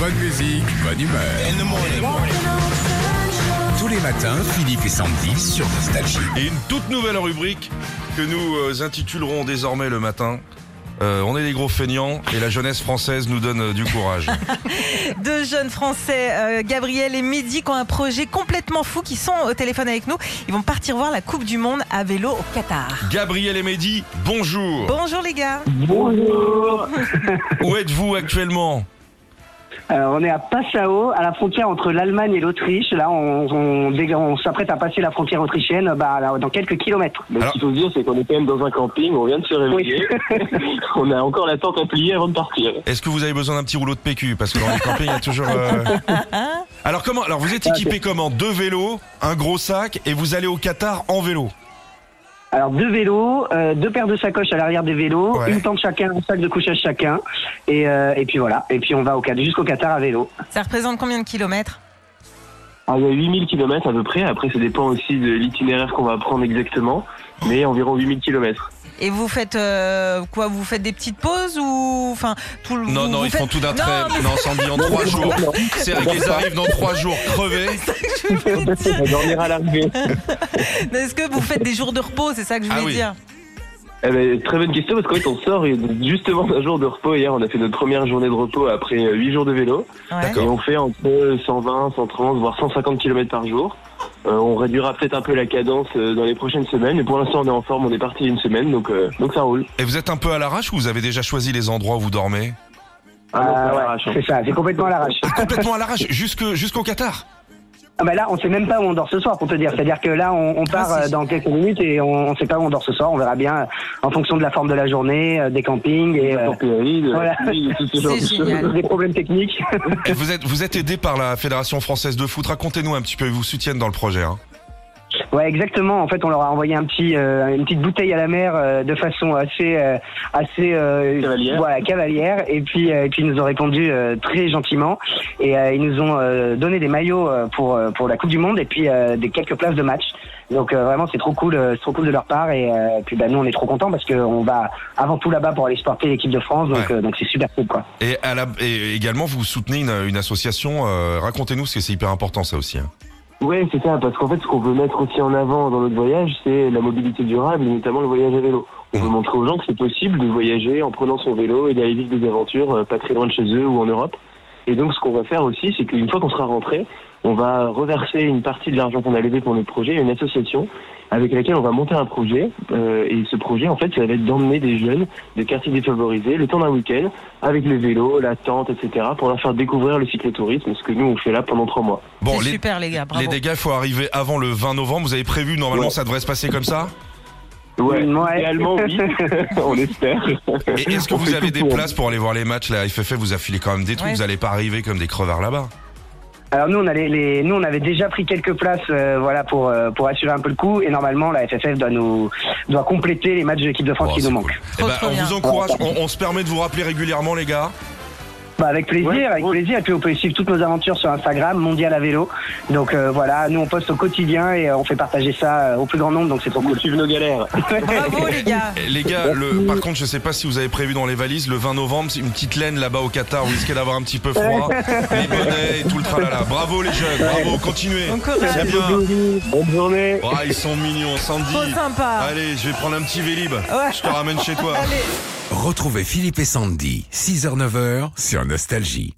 Bonne musique, bonne humeur. Tous les matins, Philippe et Sandy sur Nostalgie. Et une toute nouvelle rubrique que nous euh, intitulerons désormais le matin. Euh, on est des gros feignants et la jeunesse française nous donne euh, du courage. Deux jeunes Français, euh, Gabriel et Mehdi, qui ont un projet complètement fou, qui sont au téléphone avec nous. Ils vont partir voir la Coupe du Monde à vélo au Qatar. Gabriel et Mehdi, bonjour. Bonjour les gars. Bonjour. Où êtes-vous actuellement Euh, on est à Passau, à la frontière entre l'Allemagne et l'Autriche. Là, on, on, dé- on s'apprête à passer la frontière autrichienne euh, bah, là, dans quelques kilomètres. Mais Alors- ce qu'il faut se dire, c'est qu'on est quand même dans un camping, on vient de se réveiller, on a encore la tente à plier avant de partir. Est-ce que vous avez besoin d'un petit rouleau de PQ Parce que dans les campings, il y a toujours. euh, Alors comment Alors vous êtes équipé comment Deux vélos, un gros sac et vous allez au Qatar en vélo. Alors, deux vélos, euh, deux paires de sacoches à l'arrière des vélos, Ouais. une tente chacun, un sac de couchage chacun. Et, euh, et puis voilà. Et puis on va au, Qatar- jusqu'au Qatar à vélo. Ça représente combien de kilomètres Alors, Ah, il y a 8000 km à peu près, après ça dépend aussi de l'itinéraire qu'on va prendre exactement, mais environ 8000 km. Et vous faites euh, quoi Vous faites des petites pauses ou enfin tout le Non, vous- non, vous ils faites- font tout d'un Non, trait. Non, Sandy, en trois jours. C'est vrai qu'ils arrivent dans trois jours crevés. je voulais On dire. va dormir à l'arrivée. Est-ce que vous faites des jours de repos C'est ça que je Ah voulais oui. dire. Eh ben, très bonne question, parce qu'en fait on sort justement d'un jour de repos. Hier, on a fait notre première journée de repos après 8 jours de vélo. Ouais. Et on fait entre 120, 130, voire 150 km par jour. Euh, on réduira peut-être un peu la cadence euh, dans les prochaines semaines, mais pour l'instant on est en forme, on est parti une semaine, donc, euh, donc ça roule. Et vous êtes un peu à l'arrache ou vous avez déjà choisi les endroits où vous dormez Ah non, ça Euh, ouais, l'arrache, hein. c'est ça, c'est complètement à l'arrache. Complètement à l'arrache, jusque jusqu'au Qatar. Ah, bah, là, on sait même pas où on dort ce soir, pour te dire. C'est-à-dire que là, on, on Ah, part c'est- euh, dans quelques minutes et on, on sait pas où on dort ce soir. On verra bien euh, en fonction de la forme de la journée, euh, des campings et euh, Intempéries, de la voilà. pluie, de tout ce genre de C'est choses. génial. des problèmes techniques. Et vous êtes, vous êtes aidé par la Fédération française de foot. Racontez-nous un petit peu, ils vous soutiennent dans le projet. hein. Ouais, exactement. En fait, on leur a envoyé un petit, euh, une petite bouteille à la mer euh, de façon assez, euh, assez euh, Cavalière. Voilà, cavalière. Et puis, euh, et puis ils nous ont répondu euh, très gentiment. Et euh, ils nous ont euh, donné des maillots euh, pour euh, pour la Coupe du Monde et puis euh, des quelques places de match. Donc euh, vraiment, c'est trop cool, euh, c'est trop cool de leur part. Et euh, puis, bah, nous, on est trop contents parce qu'on va avant tout là-bas pour aller supporter l'équipe de France. Donc, Ouais. euh, donc c'est super cool, quoi. Et, à la- et également, vous soutenez une, une association. euh, Racontez-nous, parce que c'est hyper important ça aussi. hein. Ouais, c'est ça, parce qu'en fait, ce qu'on veut mettre aussi en avant dans notre voyage, c'est la mobilité durable, et notamment le voyage à vélo. On veut montrer aux gens que c'est possible de voyager en prenant son vélo et d'aller vivre des aventures euh, pas très loin de chez eux ou en Europe. Et donc, ce qu'on va faire aussi, c'est qu'une fois qu'on sera rentré, on va reverser une partie de l'argent qu'on a levé pour notre projet à une association avec laquelle on va monter un projet. Euh, et ce projet, en fait, ça va être d'emmener des jeunes de quartiers défavorisés le temps d'un week-end avec le vélo, la tente, etc., pour leur faire découvrir le cyclotourisme, ce que nous, on fait là pendant trois mois. Bon, c'est les, super les gars. Bravo. les dégâts, il faut arriver avant le 20 novembre. Vous avez prévu, normalement, Ouais. ça devrait se passer comme ça. Ouais, Ouais. idéalement oui, on espère. Et est-ce que On vous fait avez tout des pour. places pour aller voir les matchs La FFF vous a filé quand même des trucs. Ouais. Vous n'allez pas arriver comme des crevards là-bas. Alors nous on allait les nous on avait déjà pris quelques places euh, voilà pour euh, pour assurer un peu le coup et normalement la FFF doit nous doit compléter les matchs de l'équipe de France Oh, qui c'est nous cool. manquent. Eh Trop, ben, trop on bien. vous encourage. On, on se permet de vous rappeler régulièrement, les gars. Bah avec plaisir, Ouais, avec ouais. plaisir et puis on peut suivre toutes nos aventures sur Instagram Mondial à vélo. Donc euh, voilà, nous on poste au quotidien et euh, on fait partager ça euh, au plus grand nombre donc c'est trop On cool. suive nos galères. Bravo les gars. Eh, Les gars, le, par contre, je sais pas si vous avez prévu dans les valises le 20 novembre c'est une petite laine là-bas au Qatar. Vous risquez d'avoir un petit peu froid. les bonnets et tout le tralala. Bravo les jeunes. Bravo. Continuez. Bon courage. C'est bien. Bonne journée. Oh, ils sont mignons, Sandy. Trop sympa. Allez, je vais prendre un petit vélib. Ouais. Je te ramène chez toi. Allez. Retrouvez Philippe et Sandy, 6h-9h sur Nostalgie.